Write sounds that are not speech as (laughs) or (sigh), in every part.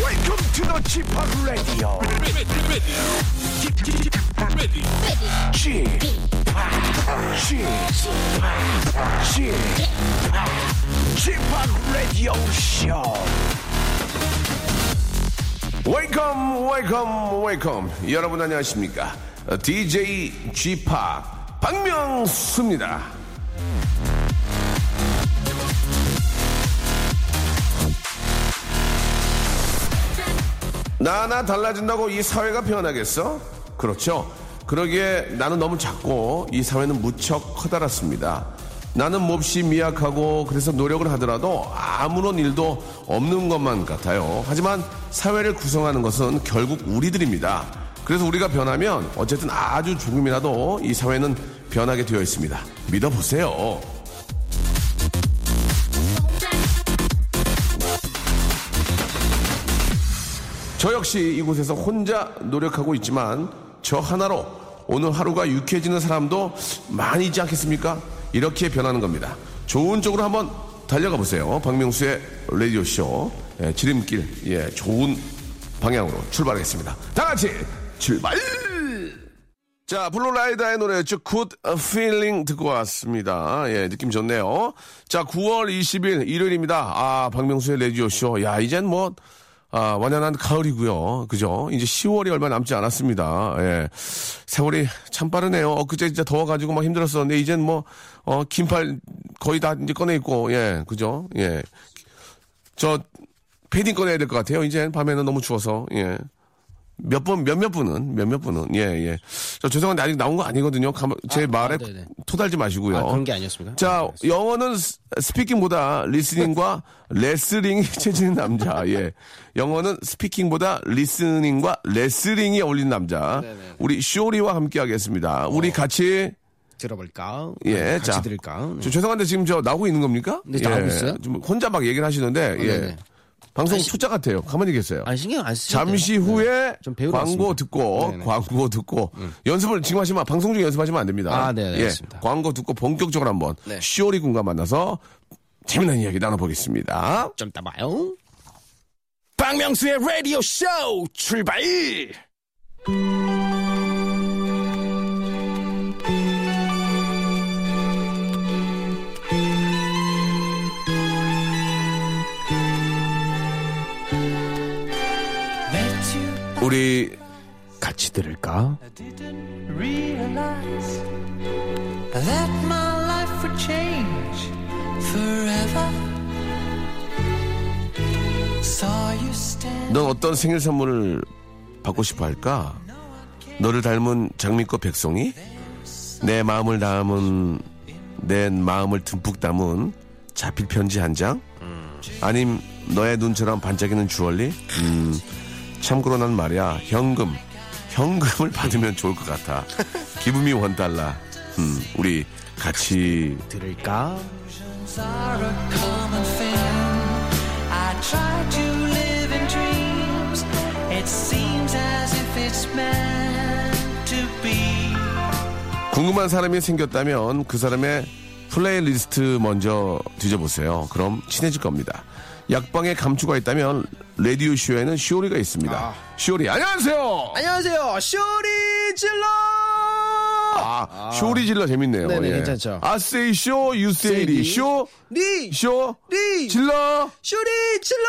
Welcome to the g p o p Radio. ready, ready, ready, ready. g p o p g p o p g p o p Radio Show. 웨이컴 웨이컴 웨이컴 여러분 안녕하십니까 어, DJ g p o p 박명수입니다 나나 달라진다고 이 사회가 변하겠어? 그렇죠 그러기에 나는 너무 작고 이 사회는 무척 커다랗습니다 나는 몹시 미약하고 그래서 노력을 하더라도 아무런 일도 없는 것만 같아요 하지만 사회를 구성하는 것은 결국 우리들입니다 그래서 우리가 변하면 어쨌든 아주 조금이라도 이 사회는 변하게 되어 있습니다. 믿어보세요. 저 역시 이곳에서 혼자 노력하고 있지만 저 하나로 오늘 하루가 유쾌해지는 사람도 많이 있지 않겠습니까? 이렇게 변하는 겁니다. 좋은 쪽으로 한번 달려가 보세요. 박명수의 라디오쇼 예, 지름길 예, 좋은 방향으로 출발하겠습니다. 다 같이 출발! 자, 블루라이다의 노래였죠. Good Feeling 듣고 왔습니다. 예, 느낌 좋네요. 자, 9월 20일 일요일입니다. 아, 박명수의 레디오쇼. 야, 이젠 뭐, 아, 완연한 가을이고요. 그죠? 이제 10월이 얼마 남지 않았습니다. 예. 세월이 참 빠르네요. 어, 엊그제 진짜 더워가지고 막 힘들었었는데, 이젠 뭐, 어, 긴팔 거의 다 이제 꺼내 입고, 예, 그죠? 예. 저, 패딩 꺼내야 될 것 같아요. 이젠 밤에는 너무 추워서, 예. 몇 번, 몇몇 분은, 몇몇 분은, 예, 예. 저 죄송한데 아직 나온 거 아니거든요. 가만- 제 말에 네네. 토달지 마시고요. 아, 그런 게 아니었습니까? 어. 자, 영어는 스- 스피킹보다 리스닝과 레슬링이 (laughs) 체지는 남자. 예. 영어는 스피킹보다 리스닝과 레슬링이 어울리는 남자. 네네. 어. 우리 쇼리와 함께 하겠습니다. 우리 같이 들어볼까? 예, 같이 자. 들을까? 음. 저 죄송한데 지금 저 나오고 있는 겁니까? 예. 네, 나오고 있어요. 아, 좀 혼자 막 얘기를 하시는데 예. 네네. 방송 초짜 같아요. 가만히 계세요. 아 신경 안 음. 쓰죠. 잠시 후에 좀 배우러 광고 왔습니다. 듣고 네네. 음. 광고 듣고 연습을 지금 하시면 방송 중에 연습하시면 안 됩니다. 아, 네네, 예, 알겠습니다. 광고 듣고 본격적으로 한번 네. 쇼리 군과 만나서 재미난 이야기 나눠보겠습니다. 좀 따봐요. 박명수의 라디오 쇼 출발. 우리 같이 들을까? realize that my life would change forever. Saw you stand. 넌 어떤 생일 선물을 받고 싶어 할까? 너를 닮은 장미꽃 백송이? 내 마음을 담은, 내 마음을 듬뿍 담은 자필 편지 한 장? 아님 너의 눈처럼 반짝이는 주얼리? 음, 참고로 난 말이야, 현금. 현금을 받으면 좋을 것 같아. 기분이 원달러. 음, 우리 같이 들을까? are a common thing. I try to live in dreams. It seems as if it's meant to be. 궁금한 사람이 생겼다면 그 사람의 플레이리스트 먼저 뒤져보세요. 그럼 친해질 겁니다. 약방에 감추가 있다면 라디오 쇼에는 쇼리가 있습니다. 아. 쇼리 안녕하세요. 안녕하세요. 쇼리 질러. 아, 쇼리 질러 재밌네요. 예. 아, 네네, 괜찮죠. I say show, you say 리 쇼, 리 쇼, 리. 아. 질러. 쇼리 질러.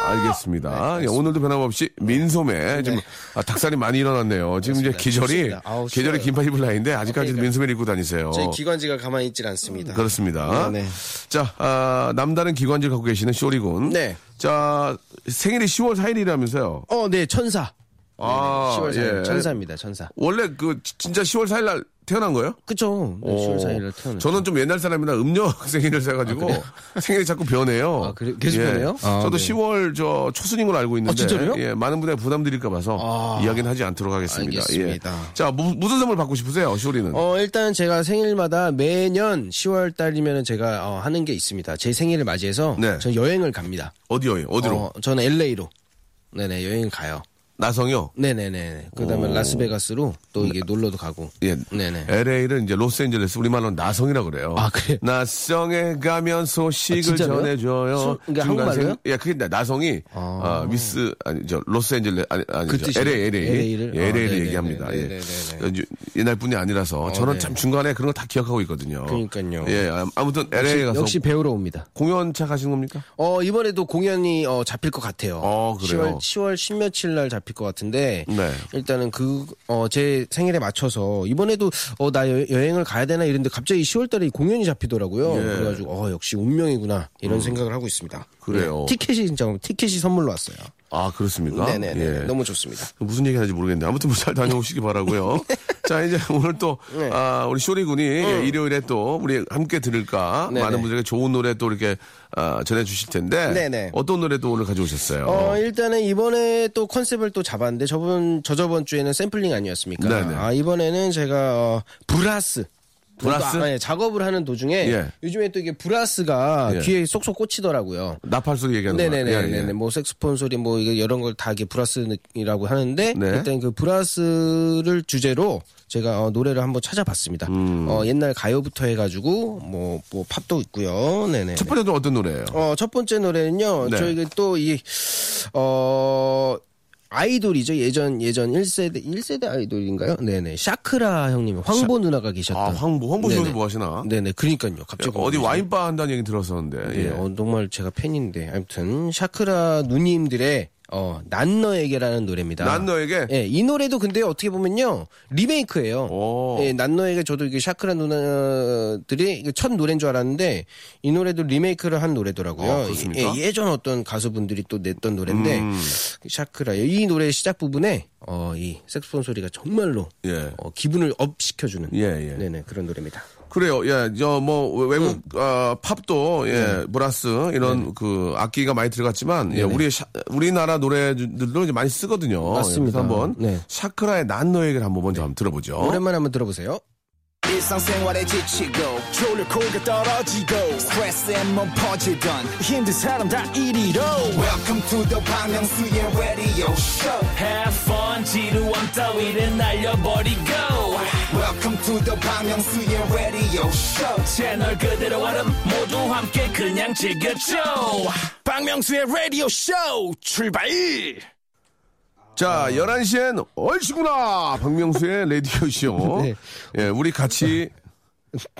네, 알겠습니다. 예, 오늘도 변함없이 민소매 지금 아, 닭살이 많이 일어났네요. 지금 이제 그렇습니다. 계절이 네. 좋습니다. 아우, 계절이 추워요. 네. 긴팔 입을 나인데 아직까지도 그러니까요. 민소매를 입고 다니세요. 저희 기관지가 가만히 있질 않습니다. 어. 그렇습니다. 네, 네. 자, 아, 남다른 기관지를 갖고 계시는 쇼리군. 네. 자, 생일이 10월 4일이라면서요. 어, 네, 천사. 아, 10월 4일 예. 천사입니다. 천사. 원래 그 지- 진짜 10월 4일 날 태어난 거예요? 그쵸? 네, 10월 4일에 태어났죠. 저는 좀 옛날 사람이라 음력 (laughs) 생일을 세가지고 생일이 자꾸 변해요. 예. 아, 그래- 계속 변해요? 아, 저도 네. 10월 저 초순인 걸 알고 있는데. 아, 진짜로요? 예, 많은 분에 부담 드릴까 봐서 아. 이야기는 하지 않도록 하겠습니다. 알겠습니다. 예. 자, 무, 무슨 선물 받고 싶으세요, 쇼리는? 어, 일단 제가 생일마다 매년 10월 달이면 제가 어, 하는 게 있습니다. 제 생일을 맞이해서 네. 저 여행을 갑니다. 어디요? 어디로? 어, 저는 LA로. 네네, 여행을 가요. 나성요. 네네네. 그다음에 라스베가스로 또 이게 놀러도 가고. 네. 예. 네네. LA를 이제 로스앤젤레스 우리말로 나성이라 그래요. 아, 그래요? 나성에 가면 소식을 아, 진짜로요? 전해줘요. 수- 그러니까 한국말로요? 예, 그게 나- 나성이 아... 미스 아니 저 로스앤젤레 아니 아니 그 저 뜻이요? LA LA LA를? 아, LA를 네네네. 얘기합니다. 예. 네네네네. 이제 옛날 분이 아니라서 저는 네. 참 중간에 그런 거 다 기억하고 있거든요. 그러니까요. 예, 아, 아무튼 LA 가서 역시 배우러 옵니다. 공연차 가신 겁니까? 어, 이번에도 공연이 어, 잡힐 것 같아요. 어, 그래요? 10월, 10월 10며칠 날 잡힐 것 같은데. 네. 일단은 그, 어, 제 생일에 맞춰서 이번에도 어, 나 여, 행을 가야 되나 이랬는데 갑자기 10월 달에 공연이 예. 잡히더라고요. 그래가지고, 어, 역시 운명이구나. 이런 생각을 하고 있습니다. 음. 그래요. 네. 티켓이 진짜, 티켓이 선물로 왔어요. 아 그렇습니까? 네네네. 예. 너무 좋습니다. 무슨 얘기 하는지 모르겠는데 아무튼 뭐 잘 다녀오시기 (laughs) 바라고요. 네. 자 이제 오늘 또 아, 우리 쇼리 군이 예, 일요일에 또 우리 함께 들을까 음. 네네. 많은 분들에게 좋은 노래 또 이렇게 아, 전해주실 텐데 네네. 어떤 노래 또 오늘 가져오셨어요? 어, 일단은 이번에 또 컨셉을 또 잡았는데 저번 저저번 주에는 샘플링 아니었습니까? 네네. 아 이번에는 제가 어, 브라스 브라스? 아, 예, 작업을 하는 도중에 예. 요즘에 또 이게 브라스가 예. 귀에 쏙쏙 꽂히더라고요. 나팔 소리 얘기하는 거. 네네네. 예, 예. 네네. 뭐 색스폰 소리 뭐 이게 이런 걸 다 이게 브라스이라고 하는데 네. 일단 그 브라스를 주제로 제가 어, 노래를 한번 찾아봤습니다. 음. 어, 옛날 가요부터 해가지고 뭐, 뭐 팝도 있고요. 네네. 첫 번째 또 어떤 노래예요? 어, 첫 번째 노래는요. 네. 저희가 그 또 이, 어, 아이돌이죠. 예전, 예전 1세대, 1세대 아이돌인가요? 네네. 샤크라 형님, 황보 누나가 계셨던. 아 황보 황보 씨 네네. 오늘 뭐 하시나? 네네. 그러니까요. 갑자기. 어디 모르겠어요. 와인바 한다는 얘기 들었었는데. 네, 예. 어, 정말 제가 팬인데. 아무튼, 샤크라 누님들의, 어, 난 너에게라는 노래입니다. 난 너에게? 예, 이 노래도 근데 어떻게 보면요. 리메이크예요 오. 예, 난 너에게 저도 이게 샤크라 누나들이 이게 첫 노래인 줄 알았는데, 이 노래도 리메이크를 한 노래더라고요. 아, 그렇습니까? 음. 예, 예전 어떤 가수분들이 또 냈던 노래인데, 샤크라. 이 노래 시작 부분에, 어, 이 색소폰 소리가 정말로, 예. 어, 기분을 업 시켜주는. 예, 예. 네네, 그런 노래입니다. 그래요. 예, 저 뭐 음. 외국 어, 팝도 네. 예, 브라스 이런 그 악기가 많이 들어갔지만 예, 우리 샤, 우리나라 노래들도 이제 많이 쓰거든요. 맞습니다. 그래서 한번 네. 샤크라의 난 너에게를 한번 먼저 한번 들어보죠. 오랜만에 한번 들어보세요. 일상생활에 지치고, 졸려 코가 떨어지고, 스트레스에 몸 퍼지던, 힘든 사람 다 이리로. welcome to the Bang Myung-soo's radio show Have fun 지루함 따위를 날려버리고 welcome to the Bang Myung-soo's radio show 채널 그대로 얼음 모두 함께 그냥 즐겨줘 박명수의 라디오 쇼 출발! 자, 아. 11시엔 얼씨구나! (laughs) 박명수의 라디오쇼. 네. 예, 우리 같이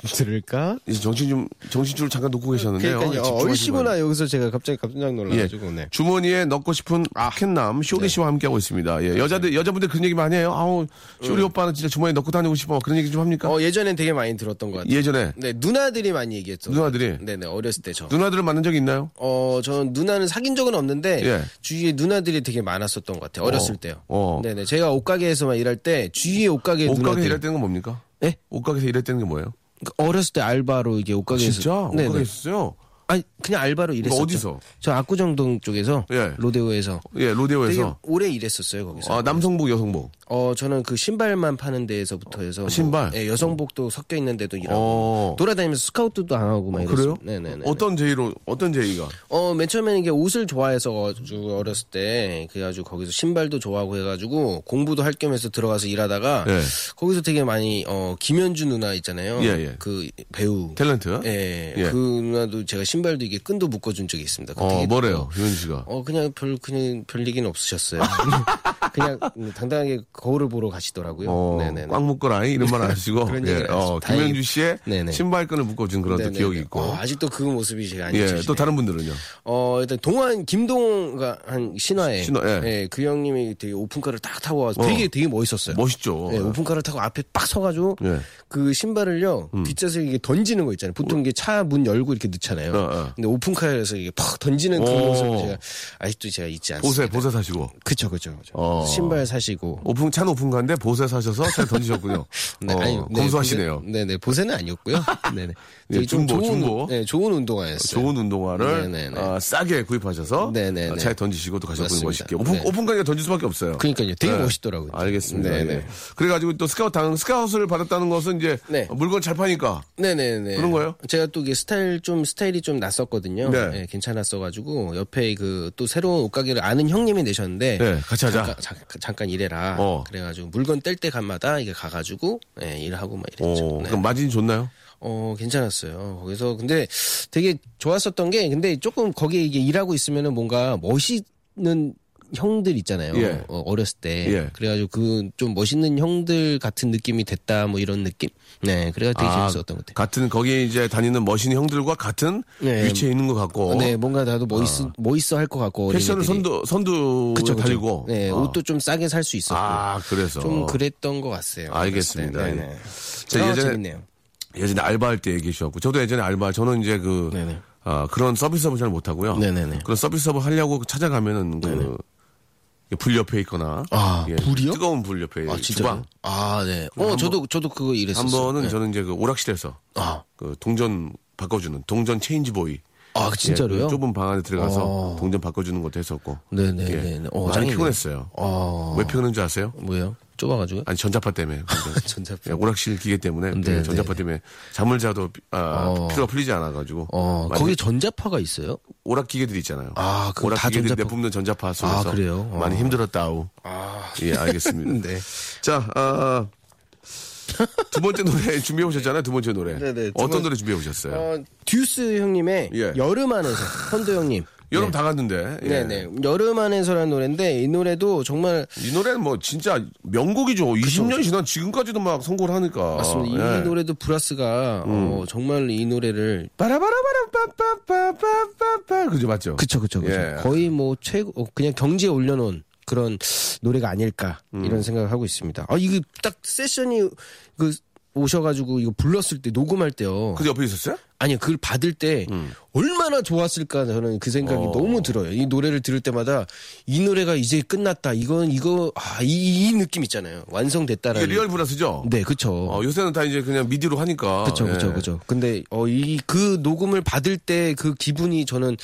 들을까? 이제 정신 좀 정신줄 잠깐 놓고 계셨는데요. 그러니까요. 예, 집중하시기 얼씨구나 바랍니다. 여기서 제가 갑자기 깜짝 예, 놀라가지고 네. 아. 주머니에 넣고 싶은 캔남 쇼리 씨와 함께하고 있습니다. 네. 예, 여자들 여자분들 그런 얘기 많이 해요. 아우 쇼리 오빠는 진짜 주머니에 넣고 다니고 싶어 그런 얘기 좀 합니까? 음. 어 예전엔 되게 많이 들었던 것 같아요. 예전에 네 누나들이 많이 얘기했죠. 누나들이? 네네 어렸을 때 저. 누나들을 만난 적이 있나요? 어, 저는 누나는 사귄 적은 없는데 예. 주위에 누나들이 되게 많았었던 것 같아요. 어렸을 어, 때요. 어. 네네 제가 옷가게에서만 일할 때 주위에 옷가게 옷가게 예, 누나들. 일할 때는 건 뭡니까? 예? 옷가게에서 일할 때는 게 뭐예요? 그 어렸을 때 알바로 이게 옷가게에서. 아, 진짜? 네네. 옷가게 있었어요? 아니 그냥 알바로 일했었죠. 어디서? 저 압구정동 쪽에서 예. 로데오에서. 예, 되게 로데오에서. 오래 일했었어요 거기서. 아, 남성복, 여성복. 어 저는 그 신발만 파는 데에서부터 해서 뭐, 신발? 예, 여성복도 섞여 있는 데도 일하고 어. 돌아다니면서 스카우트도 안 하고 막 그래요? 이랬어요. 네네네. 어떤 제의로, 어떤 제의가? 어맨 처음에는 이게 옷을 좋아해서 아주 어렸을 때 그래가지고 거기서 신발도 좋아하고 해가지고 공부도 할 겸해서 들어가서 일하다가 예. 거기서 되게 많이 어 김현주 누나 있잖아요. 예, 예. 그 배우. 탤런트? 예, 예. 그 누나도 제가 신발도 이게 끈도 묶어준 적이 있습니다. 그거 어, 되게 뭐래요, 효연 씨가? 어 그냥 별 그냥 별 (laughs) 얘기는 없으셨어요. 그냥 당당하게 거울을 보러 가시더라고요. 어, 네네네. 꽉 묶어라잉? 이런 말 안 하시고. (laughs) 그런 예, 얘기를 안 어, 하시죠. 다행히- 김현주 씨의 네네. 잊힌발끈을 묶어준 그런 또 네네네. 기억이 있고. 어, 아직도 그 모습이 제가 안 예, 잊혀지네요. 또 다른 분들은요? 어 일단 동안 김동가 한 신화에 신화, 예. 그 형님이 되게 오픈카를 딱 타고 와서 되게 되게 멋있었어요. 멋있죠. 예, 오픈카를 타고 앞에 빡 서가지고 예. 음. 그 신발을요 뒷좌석에 이게 던지는 거 있잖아요. 보통 이게 차 문 열고 이렇게 넣잖아요. 어, 어. 근데 오픈카에서 이게 팍 던지는 그 오. 모습 제가 아직도 제가 잊지 않습니다. 보세, 보세 사시고. 그쵸 그쵸. 그쵸. 어. 신발 사시고 오픈, 찬 오픈가인데 보세 사셔서 잘 (laughs) 던지셨군요. 어, 검소하시네요. 네네 네, 보세는 (laughs) 아니었고요. 네네. 예, 되게 좀 중보, 좋은, 중보. 네, 좋은 운동화였어요. 좋은 운동화를 네네네. 어, 싸게 구입하셔서 네네네. 어, 차에 던지시고 또 가셨군요 맞습니다. 멋있게 오픈 네. 오픈까지 던질 수밖에 없어요. 네. 그러니까요. 되게 멋있더라고요. 알겠습니다. 네네. 예. 그래가지고 또 스카우트 당 스카웃을 받았다는 것은 이제 네. 물건 잘 파니까 네네네. 그런 거예요? 제가 또 이게 스타일 좀 스타일이 좀 낯섰거든요. 네. 예, 괜찮았어가지고 옆에 그 또 새로운 옷가게를 아는 형님이 내셨는데 네, 같이 하자. 잠깐, 가- 잠깐 일해라. 어. 그래가지고 물건 뗄 때간마다 이게 가가지고 예, 일하고 막 이랬죠. 오, 네. 그럼 마진이 좋나요? 어, 괜찮았어요. 거기서 근데 되게 좋았었던 게 근데 조금 거기에 이게 일하고 있으면은 뭔가 멋있는 형들 있잖아요. 예. 어, 어렸을 때. 예. 그래가지고 그 좀 멋있는 형들 같은 느낌이 됐다 뭐 이런 느낌. 네. 그래가지고 되게 재밌었던 것 같아요. 같은 거기에 이제 다니는 멋있는 형들과 같은 네. 위치에 있는 것 같고 네, 뭔가 나도 멋있어, 뭐 멋있어 할 것 같고. 어. 아. 패션을 어린애들이. 선두 선두 그쵸, 그쵸. 달리고 네, 어. 옷도 좀 싸게 살 수 있었고. 아 그래서 좀 그랬던 것 같아요. 알겠습니다. 네, 예. 네. 제가 아, 예전에 재밌네요. 예전에 알바할 때 얘기하셨고 저도 예전에 알바 저는 이제 그 네네. 아, 그런 서비스업을 잘 못하고요. 네네네. 그런 서비스업을 하려고 찾아가면은 그, 불 옆에 있거나 예, 아, 불이요? 뜨거운 불 옆에 아, 진짜. 주방 요 아, 네. 한 어, 번- 저도 저도 그거 한 이랬었어요. 번은 네. 저는 이제 그 오락실에서 아. 그 동전 바꿔주는 동전 체인지 보이 아, 예, 진짜로요? 그 좁은 방 안에 들어가서 어. 동전 바꿔주는 것도 했었고 네네. 예. 네. 어, 많이 짱이네. 피곤했어요. 어. 왜 피곤한 줄 아세요? 뭐예요? 좁아가지고? 아니 전자파 때문에 근데 전자파. 예, 오락실 기계 때문에 네, 예, 전자파 네. 때문에 잠을 자도 피- 아, 어. 피로가 풀리지 않아가지고 어, 많이 거기 전자파가 있어요? 오락 기계들이 있잖아요. 아, 그거 오락 다 기계들이 전자파- 내뿜는 전자파 속에서 아, 그래요? 어. 많이 힘들었다우. 예, 알겠습니다. (laughs) 네. 자, 아, 두 번째 노래 (laughs) 준비해 오셨잖아요. 두 번째 노래. 네, 네. 두 어떤 번- 노래 준비해 오셨어요? 어, 듀스 형님의 예. 여름 안에서, (laughs) 헌도 형님. 여름 다 갔는데. 예. 네. 네네. 여름 안에서라는 노래인데, 이 노래도 정말 이 노래는 뭐 진짜 명곡이죠. 20년 지난 지금까지도 막 선곡을 하니까. 맞습니다. 예. 이 노래도 브라스가 어, 정말 이 노래를 빠라바라바람 빠빠빠빠빠빠 그죠 맞죠? 그쵸 그쵸 그쵸 예. 거의 뭐 최고 어, 그냥 경지에 올려놓은 그런 노래가 아닐까 이런 생각을 하고 있습니다. 아 이게 딱 세션이 그 오셔가지고 이거 불렀을 때 녹음할 때요. 그 옆에 있었어요? 아니 그걸 받을 때 얼마나 좋았을까 저는 그 생각이 너무 들어요. 이 노래를 들을 때마다 이 노래가 이제 끝났다. 이건 이거 아이 이 느낌 있잖아요. 이게 완성됐다라는. 리얼 브라스죠? 네 그쵸. 어, 요새는 다 이제 그냥 미디로 하니까. 그쵸, 그쵸, 예. 그쵸. 근데, 어, 이, 그 녹음을 받을 때 그 기분이 저는,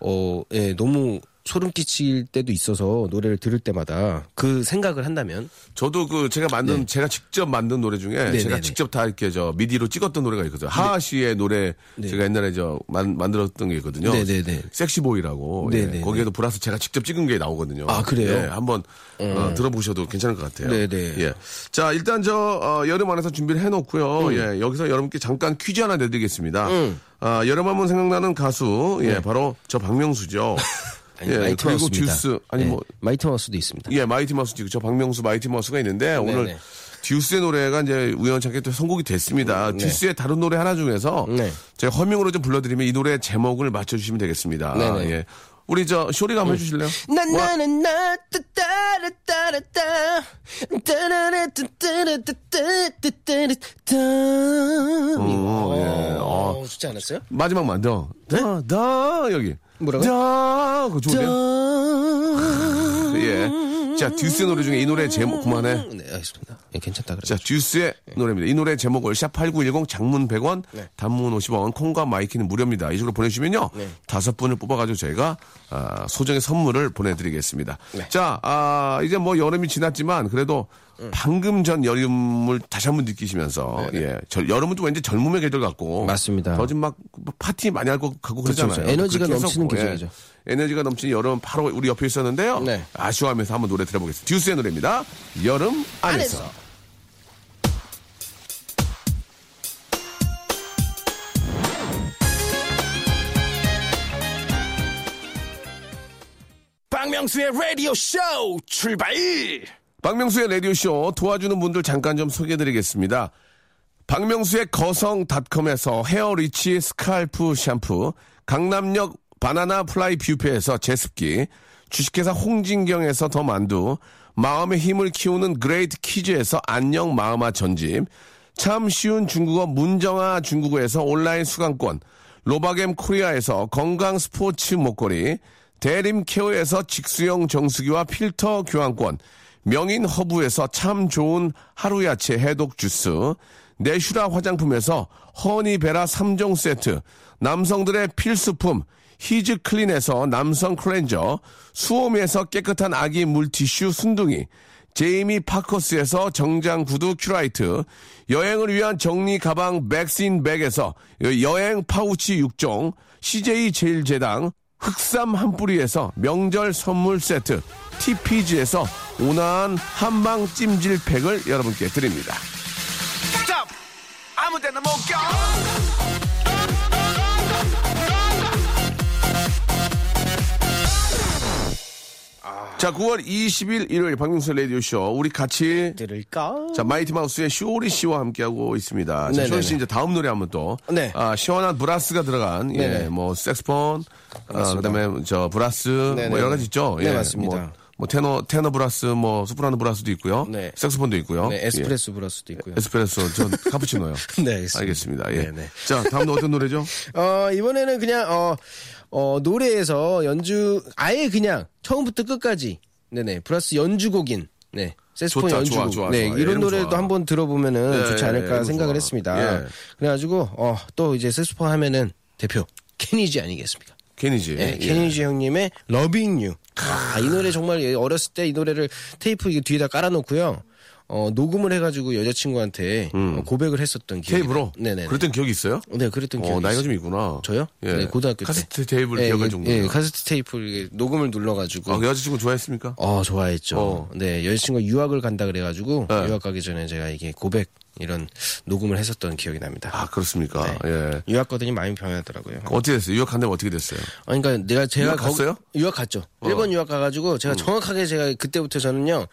어, 예, 너무 소름 끼칠 때도 있어서 노래를 들을 때마다 그 생각을 한다면. 저도 그 제가 만든 제가 직접 만든 노래 중에 네, 제가 네, 직접 다 이렇게 저 미디로 찍었던 노래가 있거든요. 하하 씨의 노래 제가 옛날에 저 만, 만들었던 게 있거든요. 네, 네, 네. 섹시보이라고 예, 네, 네, 거기에도 플러스 제가 직접 찍은 게 나오거든요. 아, 그래요? 음. 예, 한번 어, 들어보셔도 괜찮을 것 같아요. 네, 네. 예. 자 일단 저 어, 여름 안에서 준비를 음. 해놓고요. 예, 여기서 여러분께 잠깐 퀴즈 하나 내드리겠습니다. 아, 여름 하면 생각나는 가수 네. 예, 바로 저 (laughs) 박명수죠. 예, 그리고 마우스입니다. 듀스 아니 네, 뭐 마이트 마우스도 있습니다. 예, 마이티 마우스 지금 저 박명수 마이티 마우스가 있는데 네, 오늘 듀스의 노래가 이제 우연찮게 또 선곡이 됐습니다. 듀스의 다른 노래 하나 중에서 네. 제가 허밍으로 좀 불러드리면 이 노래 제목을 맞춰주시면 되겠습니다. 네네. 음. 예. 우리 저 쇼리가 한번 해주실래요? 나, 나는, 나, 따, 따라, 따라, 따. 따라라, 따, 따라, 따, 따, 따, 따라, 따. 오, 예. 어, 어. 좋지 않았어요? 마지막만 더. 다, 다, 여기. 네? 뭐라고요? 다, 그거 좋은데요? 예. 자, 듀스의 노래 중에 이 노래 제목, 뭐, 그만해. 네, 알겠습니다. 예, 괜찮다 그래요. 자, 듀스의 노래입니다. 이 노래 제목을 샵8910 장문 100원, 네. 단문 50원, 콩과 마이키는 무료입니다. 이쪽으로 보내주시면요. 다섯 분을 뽑아가지고 저희가 아, 소정의 선물을 보내드리겠습니다. 네. 자, 아, 이제 뭐 여름이 지났지만 그래도 음. 방금 전 여름을 다시 한번 느끼시면서 예, 절- 여름은 또 왠지 젊음의 계절 같고 네, 맞습니다. 더좀 막뭐 파티 많이 할 것 같고 그렇죠, 그러잖아요. 그렇죠. 에너지가 그렇게 예. 넘치는 했었고, 계절이죠. 에너지가 넘치는 여름 바로 우리 옆에 있었는데요. 네. 아쉬워하면서 한번 노래 들어보겠습니다. 듀스의 노래입니다. 여름 안에서. 박명수의 라디오 쇼 출발 박명수의 라디오쇼 도와주는 분들 잠깐 좀 소개해드리겠습니다. 박명수의 거성닷컴에서 헤어리치 스칼프 샴푸, 강남역 바나나 플라이 뷰페에서 제습기, 주식회사 홍진경에서 더 만두, 마음의 힘을 키우는 그레이트 키즈에서 안녕 마음아 전집, 참 쉬운 중국어 문정아 중국어에서 온라인 수강권, 로바겜 코리아에서 건강 스포츠 목걸이, 대림 케어에서 직수형 정수기와 필터 교환권, 명인 허브에서 참 좋은 하루야채 해독 주스, 내슈라 화장품에서 허니베라 3종 세트, 남성들의 필수품 히즈 클린에서 남성 클렌저, 수오미에서 깨끗한 아기 물티슈 순둥이, 제이미 파커스에서 정장 구두 큐라이트, 여행을 위한 정리 가방 백스인 백에서 여행 파우치 6종, CJ 제일제당, 흑삼 한 뿌리에서 명절 선물 세트, TPG에서 온화한 한방 찜질팩을 여러분께 드립니다. 스탑! 아무 데나 못 가! 자, 9월 20일 일요일 박명수 라디오쇼 우리 같이 들을까? 자 마이티 마우스의 쇼리 씨와 함께하고 있습니다. 자, 네네네. 쇼리 씨 이제 다음 노래 한번 또 네. 아, 시원한 브라스가 들어간 예, 네네. 뭐 섹스폰 아, 그다음에 저 브라스 뭐 네네네. 여러 가지 있죠. 네, 예, 맞습니다. 뭐, 뭐 테너 테너 브라스 뭐 소프라노 브라스도 있고요. 네. 섹스폰도 있고요. 네, 에스프레소 브라스도 예. 어? 있고요. 에스프레소 전 카푸치노요. (laughs) 네, 알겠습니다. 알겠습니다. 예. 네네. 자 다음 노래 어떤 노래죠? 어, 이번에는 그냥, 어, 어, 노래에서 연주, 아예 그냥 처음부터 끝까지, 네네, 플러스 연주곡인, 네. 세스폰 좋다, 연주곡. 좋아, 좋아, 네, 좋아. 예, 이런 이름 노래도 좋아. 한번 들어보면은 예, 좋지 예, 않을까 이름 생각을 좋아. 했습니다. 예. 그래가지고, 어, 또 이제 세스폰 하면은 대표, 케니지 아니겠습니까? 케니지. 네, 예. 케니지 형님의 러빙 유. 아, 이 노래 정말 어렸을 때 이 노래를 테이프 이게 뒤에다 깔아놓고요. 어, 녹음을 해가지고 여자친구한테 어, 고백을 했었던 기억이. 음. 테이프로. 네네. 그랬던 기억이 있어요? 네, 그랬던 기억이 어, 나이가 있어요. 좀 있구나. 저요? 예. 네, 고등학교 카세트 때. 테이프를 예, 기억할 예, 정도. 예, 카세트 테이프 이게 녹음을 눌러가지고. 아, 그 여자친구 좋아했습니까? 어, 좋아했죠. 어. 네, 여자친구가 유학을 간다 그래가지고 네. 유학 가기 전에 제가 이게 고백 이런 녹음을 했었던 기억이 납니다. 아 그렇습니까? 네. 예. 유학 가더니 마음이 변하더라고요. 그러니까 어떻게 됐어요? 유학 간 데면 어떻게 됐어요? 아니, 그러니까 내가 제가 유학 거기- 갔어요? 음. 유학 갔죠. 일본 유학 가가지고 제가 정확하게 제가 그때부터 저는요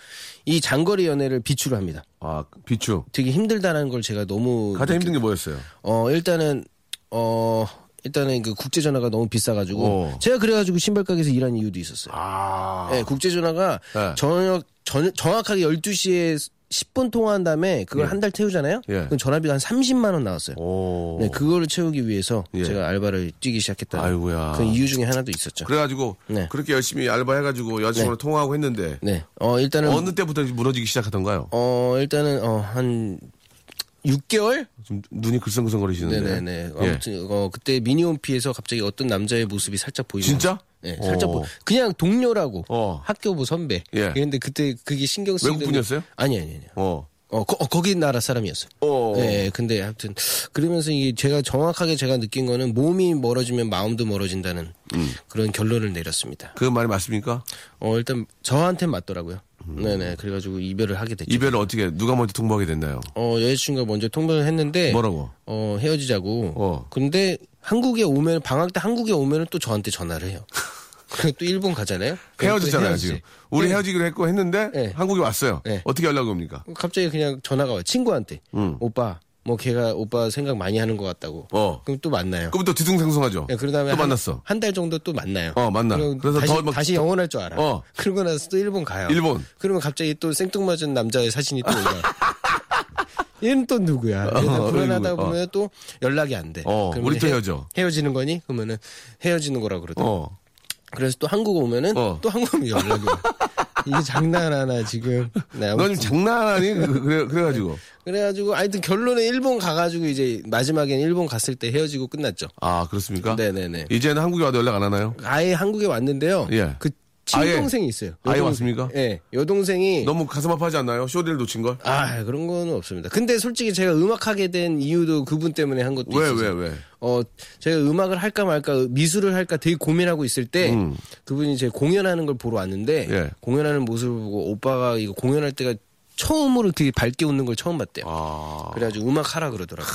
이 장거리 연애를 비추를 합니다. 아 비추. 되게 힘들다는 걸 제가 너무 가장 힘든 게 뭐였어요? 어 일단은 어 일단은 그 국제 전화가 너무 비싸가지고 어. 제가 그래가지고 신발 가게에서 일한 이유도 있었어요. 아. 네, 국제 전화가 네. 저녁 전, 정확하게 12시에 10분 통화한 다음에 그걸 한 달 채우잖아요. 예. 그럼 전화비가 한 30만 원 나왔어요. 오. 네, 그거를 채우기 위해서 예. 제가 알바를 뛰기 시작했다는 아이고야. 그 이유 중에 하나도 있었죠. 그래가지고 네. 그렇게 열심히 알바해가지고 여자친구랑 통화하고 했는데 네. 어 일단은 어느 때부터 무너지기 시작하던가요? 어 일단은 어한 6개월? 좀 눈이 글썽글썽거리시는데. 네네네. 예. 아무튼 어 그때 미니홈피에서 갑자기 어떤 남자의 모습이 살짝 보이는. 진짜? 네, 살짝 어. 보. 그냥 동료라고. 어. 학교부 선배. 예. 그런데 그때 그게 신경 쓰이는. 외국분이었어요? 아니 아니 아니. 어. 어, 거, 어, 거기 나라 사람이었어요. 어. 네, 근데 하여튼 그러면서 이게 제가 정확하게 제가 느낀 거는 몸이 멀어지면 마음도 멀어진다는 그런 결론을 내렸습니다. 그 말이 맞습니까? 어, 일단 저한테 맞더라고요. 음. 네네. 그래가지고 이별을 하게 됐죠. 이별을 어떻게 누가 먼저 통보하게 됐나요? 어, 여자친구가 먼저 통보를 했는데 뭐라고? 어, 헤어지자고. 어. 근데 한국에 오면 방학 때 한국에 오면은 또 저한테 전화를 해요. (laughs) 그리고 또 일본 가잖아요. 그럼 또 헤어졌잖아요 헤어지지. 지금. 우리 헤어지기로 했고 했는데 네. 한국에 왔어요. 네. 어떻게 연락이 옵니까? 갑자기 그냥 전화가 와요. 친구한테. 오빠, 뭐 걔가 오빠 생각 많이 하는 것 같다고. 음. 어. 그럼 또 만나요. 그럼 또 뒤숭생숭하죠. 예, 그러다 또 만났어. 한 달 정도 또 만나요. 어, 만나. 그리고 그래서 다시, 더 막- 다시 영원할 줄 알아. 어. 그러고 나서 또 일본 가요. 일본. 그러면 갑자기 또 생뚱맞은 남자의 사진이 또 올라요. (laughs) 얘는 또 누구야? 그래서 어, 불안하다 일본. 어. 보면 또 연락이 안 돼. 어, 그러면 우리 또 헤- 헤어져. 헤어지는 거니? 그러면은 헤어지는 거라 그러더라고. 어. 그래서 또 한국 오면은 어. 또 한국 오면 연락이 (laughs) 와. 이게 장난하나 지금. 네, 아무튼. 네. 너 지금 장난하니? 그- 그래 그래가지고. 그래가지고 하여튼 결론에 일본 가가지고 이제 마지막엔 일본 갔을 때 헤어지고 끝났죠. 아 그렇습니까? 네네네. 이제는 한국에 와도 연락 안 하나요? 아예 한국에 왔는데요. 예. 그 아예? 친동생이 있어요. 아예 왔습니까? 예. 여동생이 너무 가슴 아파하지 않나요? 쇼리를 놓친 걸? 아 그런 거는 없습니다. 근데 솔직히 제가 음악하게 된 이유도 그분 때문에 한 것도 왜, 있어요. 왜, 왜? 어 제가 음악을 할까 말까 미술을 할까 되게 고민하고 있을 때 그분이 제 공연하는 걸 보러 왔는데 음. 예. 공연하는 모습을 보고 오빠가 이거 공연할 때가 처음으로 되게 밝게 웃는 걸 처음 봤대요. 아, 그래가지고 음악 하라 그러더라고. 요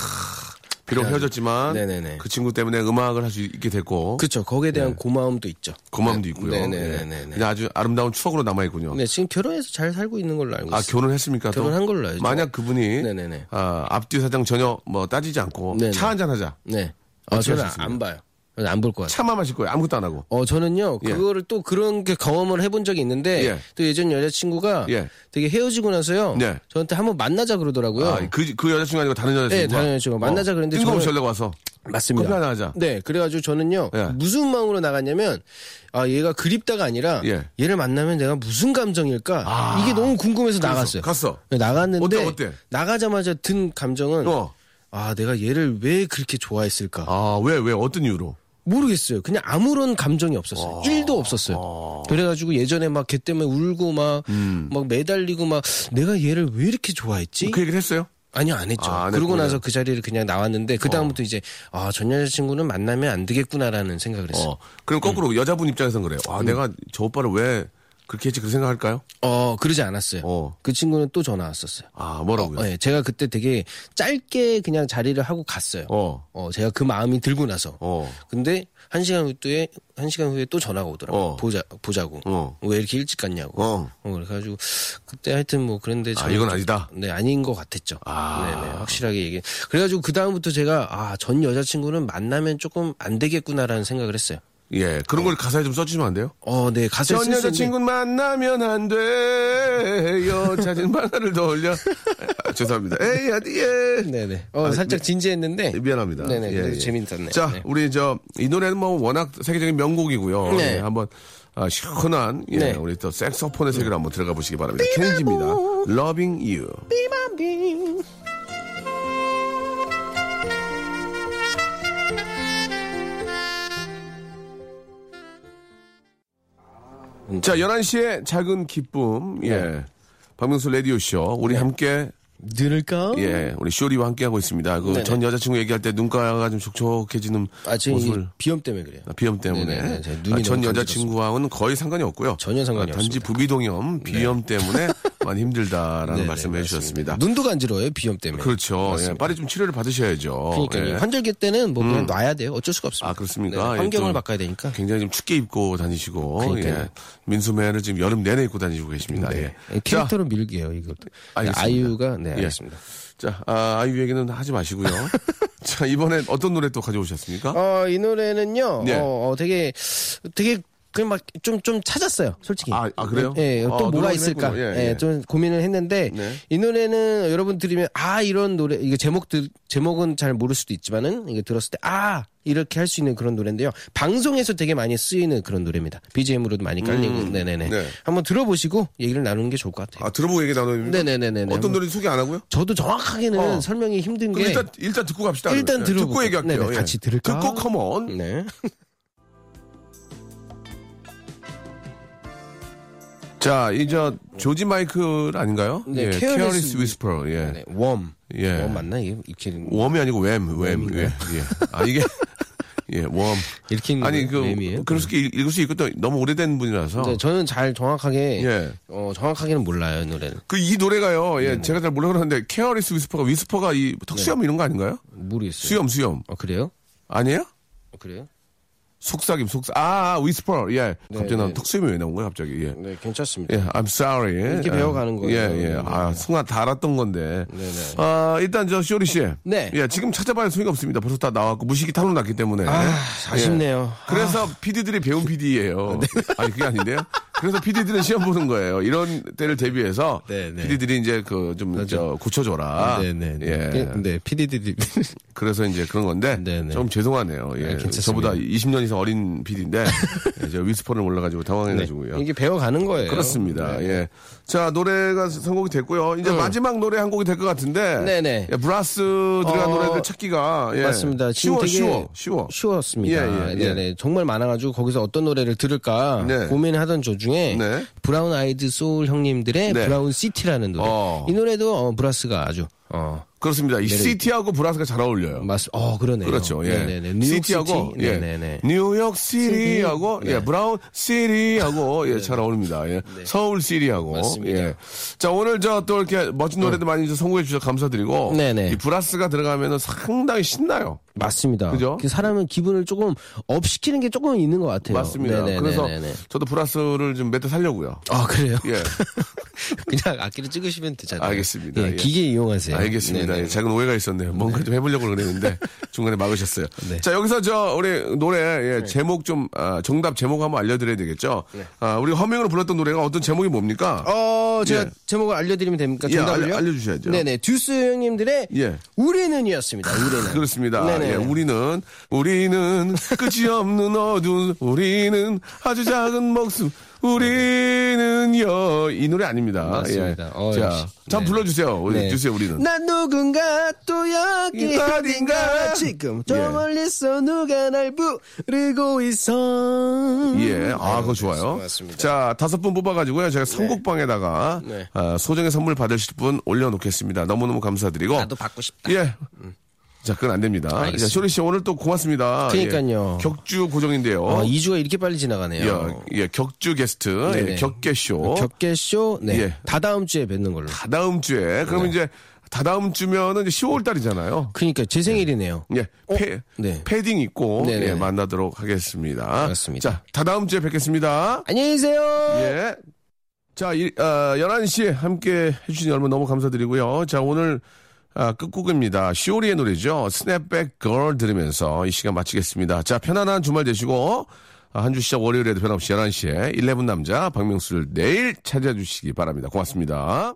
비록 헤어졌지만 네네네. 그 친구 때문에 음악을 할 수 있게 됐고 그렇죠. 거기에 대한 고마움도 있죠. 예. 고마움도 있고요. 네네네네. 예. 그냥 아주 아름다운 추억으로 남아 있군요. 네 지금 결혼해서 잘 살고 있는 걸로 알고 있어요. 아 결혼했습니까? 또? 결혼한 걸로 알죠. 만약 그분이 네네네. 아, 앞뒤 사정 전혀 뭐 따지지 않고 네네. 차 한잔 하자. 네. 아, 어떻게 저는 하셨습니까? 안 봐요. 저는 안 볼 것 같아요. 차만 마실 거예요. 아무것도 안 하고. 어, 저는요, 예. 그거를 또 그런 게 경험을 해본 적이 있는데, 예. 또 예전 여자친구가 예. 되게 헤어지고 나서요, 네. 저한테 한번 만나자 그러더라고요. 아, 그, 그 여자친구 아니고 다른 여자친구. 어. 네, 다른 여자친구가 만나자 그랬는데 뜬금없이 저는- 연락 와서. 맞습니다. 커피 하나 하자. 네, 그래가지고 저는요, 예. 무슨 마음으로 나갔냐면, 아, 얘가 그립다가 아니라, 예. 아. 얘를 만나면 내가 무슨 감정일까? 이게 너무 궁금해서 나갔어요. 갔어. 네, 나갔는데, 어때, 어때? 나가자마자 든 감정은, 어. 아, 내가 얘를 왜 그렇게 좋아했을까? 아, 왜, 왜, 어떤 이유로? 모르겠어요. 그냥 아무런 아. 감정이 없었어요. 일도 없었어요. 그래가지고 예전에 막 걔 때문에 울고 막, 막 매달리고 막 내가 얘를 왜 이렇게 좋아했지? 그 얘기를 했어요? 아니요, 안 했죠. 아, 안 그러고 했군요. 나서 그 자리를 그냥 나왔는데 그다음부터 이제 아, 전 여자친구는 만나면 안 되겠구나라는 생각을 했어요. 음. 어. 그럼 거꾸로 여자분 입장에서는 그래요. 아, 내가 저 오빠를 왜 그렇게 했지 그렇게 생각할까요? 어, 그러지 않았어요. 어. 그 친구는 또 전화 왔었어요. 아 뭐라고요? 어, 예, 제가 그때 되게 짧게 그냥 자리를 하고 갔어요. 어. 어, 제가 그 마음이 들고 나서. 어. 근데 한 시간 후에 한 시간 후에 또 전화가 오더라고. 어. 요 보자 보자고. 어. 왜 이렇게 일찍 갔냐고. 어. 그래가지고 그때 하여튼 뭐 그런데 아 저는 이건 아니다. 네, 아닌 것 같았죠. 아. 네네, 확실하게 얘기. 그래가지고 그다음부터 제가, 아, 전 여자친구는 만나면 조금 안 되겠구나라는 생각을 했어요. 예 그런 걸 가사에 좀 써주시면 안 돼요? 어, 네, 가사에 전 쓸수 있는- 여자친구 만나면 안 돼요. 자진 만화를 더 (laughs) 올려. 아, 죄송합니다. 에이, 아디, 예. 네네. 어, 살짝 진지했는데. 미안합니다. 네네. 예, 그래도 예. 재밌었네요. 자, 네. 우리 저 이 노래는 뭐 워낙 세계적인 명곡이고요. 네. 예, 한번 아, 시원한 예, 네. 우리 또 색소폰의 세계로 한번 들어가 보시기 바랍니다. 켄지입니다. Loving You. 자, 11시에 작은 기쁨. 예. 네. 박명수 라디오쇼. 우리 함께 들을까? 예, 우리 쇼리와 함께 하고 있습니다. 그 네네. 전 여자친구 얘기할 때 눈가가 좀 촉촉해지는 아, 지금 이 모습을 비염 때문에 그래요. 아, 비염 때문에 네네네. 제가 눈이 아, 전 너무 여자친구와는 거의 상관이 없고요. 전혀 상관이 네. 아, 단지 부비동염 비염 (laughs) 때문에 많이 힘들다라는 네네, 말씀해 주셨습니다. 눈도 간지러워요, 비염 때문에. 그렇죠. 예, 빨리 좀 치료를 받으셔야죠. 그러니까 예. 음. 요 환절기 때는 뭐 그냥 놔야 돼요. 어쩔 수가 없습니다. 아 그렇습니까? 네, 예, 환경을 좀 바꿔야 되니까. 굉장히 좀 춥게 입고 다니시고 그러니까요. 예. 민소매를 지금 여름 내내 입고 다니시고 계십니다. 네. 예. 자, 캐릭터로 밀게요, 이거. 알겠습니다. 아이유가 네, 예. 알겠습니다. 자, 아, 아이유 얘기는 하지 (laughs) 마시고요. 자, 이번에 어떤 노래 또 가져오셨습니까? 어, 이 노래는요. 네. 어, 어, 되게 되게 그냥 막 좀 좀 찾았어요, 솔직히. 아, 아, 그래요? 예, 예, 아, 또 뭐가 노력은 있을까? 했군요. 예, 예, 예. 좀 고민을 했는데 네. 이 노래는 여러분 들으면 아 이런 노래 이게 제목들 제목은 잘 모를 수도 있지만은 이게 들었을 때 아 이렇게 할 수 있는 그런 노래인데요. 방송에서 되게 많이 쓰이는 그런 노래입니다. BGM으로도 많이 깔리고, 네네네. 네. 한번 들어보시고 얘기를 나누는 게 좋을 것 같아요. 아, 들어보고 얘기 나누는 네네네네. 어떤 노래 소개 안 하고요? 저도 정확하게는 어. 설명이 힘든 게 그럼 일단 일단 듣고 갑시다. 네. 그러면. 일단 들어볼까요? 듣고 얘기할게요. 예. 네네, 같이 들을까? 듣고 컴온. 네. 자, 이제 조지 마이클 아닌가요? 네, 예, Careless Careless Whisper. 예. 네, 웜. 예. 웜 맞나 이게 이렇게 웜이 아니고 웸, 웸. 예. 예. 아, (laughs) 이게 예, 웜. 이렇게 읽는 아니 그 웹이에요? 그럴 수 있- 읽을 수 있고 또 너무 오래된 분이라서 네, 저는 잘 정확하게 어. 예. 어, 정확하게는 몰라요 이 노래는 그 이 노래가요. 예, 제가 잘 몰라 그러는데 케어리스 위스퍼가 위스퍼가 이 네. 턱수염 이런 거 아닌가요? 모르겠어요. 수염 수염 어, 그래요? 아니에요? 어, 그래요? 속삭임 속삭 아, 아 위스퍼 예 갑자기 난 네. 턱수염이 왜 나온 거야 갑자기 예 네, 괜찮습니다. 예, I'm sorry. 예. 이렇게 배워가는 거예요. 예, 예. 네네. 아, 승아 다 알았던 건데. 네네. 아, 일단 저 쇼리 씨. 네. 예, 지금 찾아봐야 소용이 없습니다. 벌써 다 나왔고 무식이 탈로 났기 때문에. 아, 아쉽네요. 그래서 PD들이 배운 PD예요. 네. 아니 그게 아닌데요. 그래서 PD들은 시험 보는 거예요. 이런 때를 대비해서 네네. PD들이 이제 그 좀 저 고쳐줘라. 예. 네, PD들이. 그래서 이제 그런 건데 네네. 아, 좀 죄송하네요. 예. 괜찮습니다. 저보다 20년 이상 어린 PD인데 (laughs) 저 위스퍼를 몰라가지고 (laughs) 당황해가지고요. 네. 이게 배워가는 거예요. 그렇습니다. 네. 음. 예. 자, 노래가 선곡이 됐고요. 이제 마지막 노래 한 곡이 될 것 같은데. 네네. 예, 브라스 들어간 어, 노래들 찾기가. 예. 맞습니다. 지금 쉬워, 되게 쉬워, 쉬워. 쉬웠습니다. 예, 예, 예. 네네. 정말 많아가지고 거기서 어떤 노래를 들을까 네. 고민하던 도중에 네. 브라운 아이드 소울 형님들의 네. 브라운 시티라는 노래. 어. 이 노래도 어, 브라스가 아주 어, 그렇습니다. 이 시티하고 브라스가 잘 어울려요. 맞, 어 그러네요. 그렇죠. 예. 네네네. 뉴욕 시티하고 시티? 예. 네네네. 네. 뉴욕 시리하고 예. 브라운 시리하고 예. 잘 어울립니다. 예. 서울 시리하고 맞습니다. 어. 예. 자, 오늘 저 또 이렇게 멋진 노래도 많이 이제 선곡해 주셔서 감사드리고 네네. 이 브라스가 들어가면은 상당히 신나요. 맞습니다. 그죠? 그 사람은 기분을 조금 업 시키는 게 조금 있는 것 같아요. 맞습니다. 네네네네네. 그래서 저도 브라스를 좀 몇 대 살려고요. 아 그래요? 예. (laughs) 그냥 악기를 찍으시면 되잖아요. 알겠습니다. 예, 예. 기계 이용하세요. 알겠습니다. 네네. 예, 작은 오해가 있었네요. 뭔가 좀 해보려고 (laughs) 그랬는데 중간에 막으셨어요. 네. 자 여기서 저 우리 노래 예, 제목 좀 아, 정답 제목 한번 알려드려야 되겠죠. 아, 우리 허밍으로 불렀던 노래가 어떤 제목이 뭡니까? 네. 어, 제가 예. 제목을 알려드리면 됩니까? 예, 정답을요? 알려- 알려주셔야죠. 네네. 듀스 형님들의 예. 우리는이었습니다. 우리는. 그렇습니다. 네네. 예, 우리는 우리는 끝이 없는 어두운 우리는 아주 작은 목숨 우리는요 이 노래 아닙니다. 맞습니다. 예. 어, 자, 역시. 참 네. 불러주세요. 우리 네. 주세요. 우리는. 난 누군가 또 여기 이 어딘가. 어딘가 지금 저 예. 멀리서 누가 날 부르고 있어. 음. 예, 아, 네, 그거 좋아요. 맞습니다. 자, 다섯 분 뽑아가지고요. 제가 선곡방에다가 네. 아, 소정의 선물 받으실 분 올려놓겠습니다. 너무너무 감사드리고. 나도 받고 싶다. 예. 자, 그건 안 됩니다. 알겠습니다. 자, 쇼리 씨 오늘 또 고맙습니다. 그러니까요. 예, 격주 고정인데요. 아, 2주가 이렇게 빨리 지나가네요. 예, 예, 격주 게스트, 네네. 그 예, 격개쇼. 격개쇼, 네. 예. 다 다음 주에 뵙는 걸로. 다 다음 주에, 네. 그러면 이제 다 다음 주면은 이제 10월 달이잖아요. 그러니까 제 생일이네요. 예, 패, 네. 패딩 입고 네네네. 예, 만나도록 하겠습니다. 맞습니다. 자, 다 다음 주에 뵙겠습니다. 안녕히 계세요. 예. 자, 이, 어, 11시에 함께 해주신 여러분 너무 감사드리고요. 자, 오늘 아, 끝곡입니다. 시오리의 노래죠. 스냅백 걸 들으면서 이 시간 마치겠습니다. 자, 편안한 주말 되시고 아, 한주 시작 월요일에도 변함없이 11시에 11 남자 박명수를 내일 찾아주시기 바랍니다. 고맙습니다.